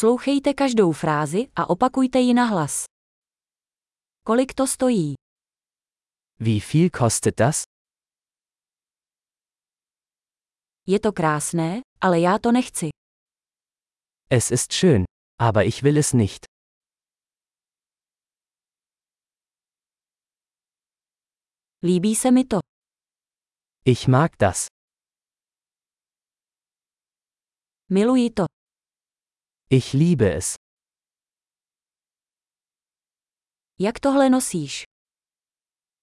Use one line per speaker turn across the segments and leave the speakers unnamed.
Poslouchejte každou frázi a opakujte ji nahlas. Kolik to stojí?
Wie viel kostet das?
Je to krásné, ale já to nechci.
Es ist schön, aber ich will es nicht.
Líbí se mi to.
Ich mag das.
Miluji to.
Ich liebe es.
Jak tohle nosíš?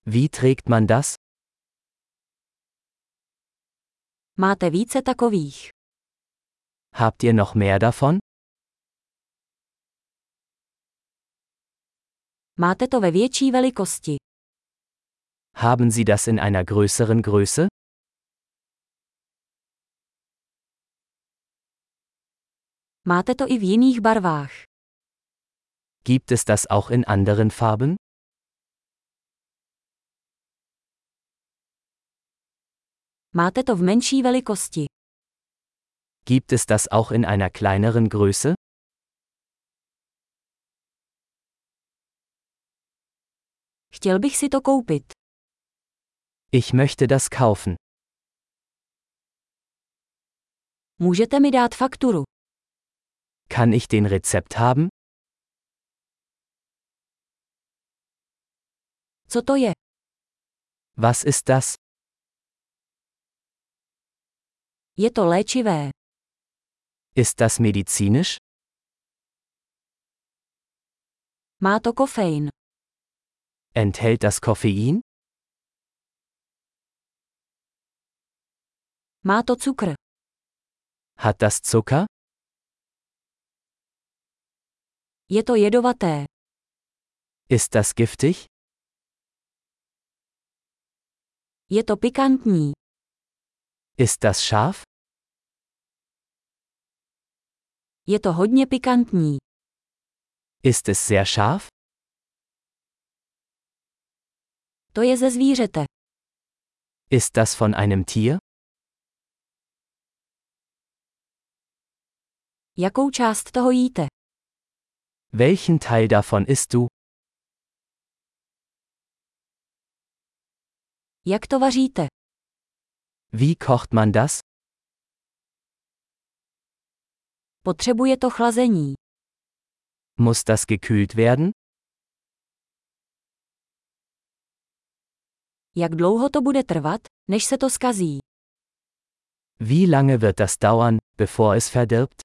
Wie trägt man das?
Máte více takových.
Habt ihr noch mehr davon?
Máte to ve větší velikosti.
Haben Sie das in einer größeren Größe?
Máte to i v jiných barvách.
Gibt es das auch in anderen Farben?
Máte to v menší velikosti.
Gibt es das auch in einer kleineren Größe?
Chtěl bych si to koupit.
Ich möchte das kaufen.
Můžete mi dát fakturu.
Kann ich den Rezept haben?
Co to je?
Was ist das?
Je to léčivé.
Ist das medizinisch?
Má to kofein.
Enthält das Koffein?
Má to cukr.
Hat das Zucker?
Je to jedovaté.
Ist das giftig?
Je to pikantní.
Ist das scharf?
Je to hodně pikantní.
Ist es sehr scharf?
To je ze zvířete.
Ist das von einem Tier?
Jakou část toho jíte?
Welchen Teil davon isst du?
Jak to vaříte?
Wie kocht man das?
Potřebuje to chlazení.
Muss das gekühlt werden?
Jak dlouho to bude trvat, než se to skazí?
Wie lange wird das dauern, bevor es verdirbt?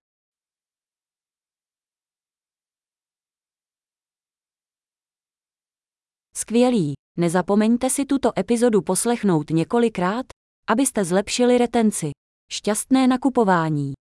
Skvělý. Nezapomeňte si tuto epizodu poslechnout několikrát, abyste zlepšili retenci. Šťastné nakupování.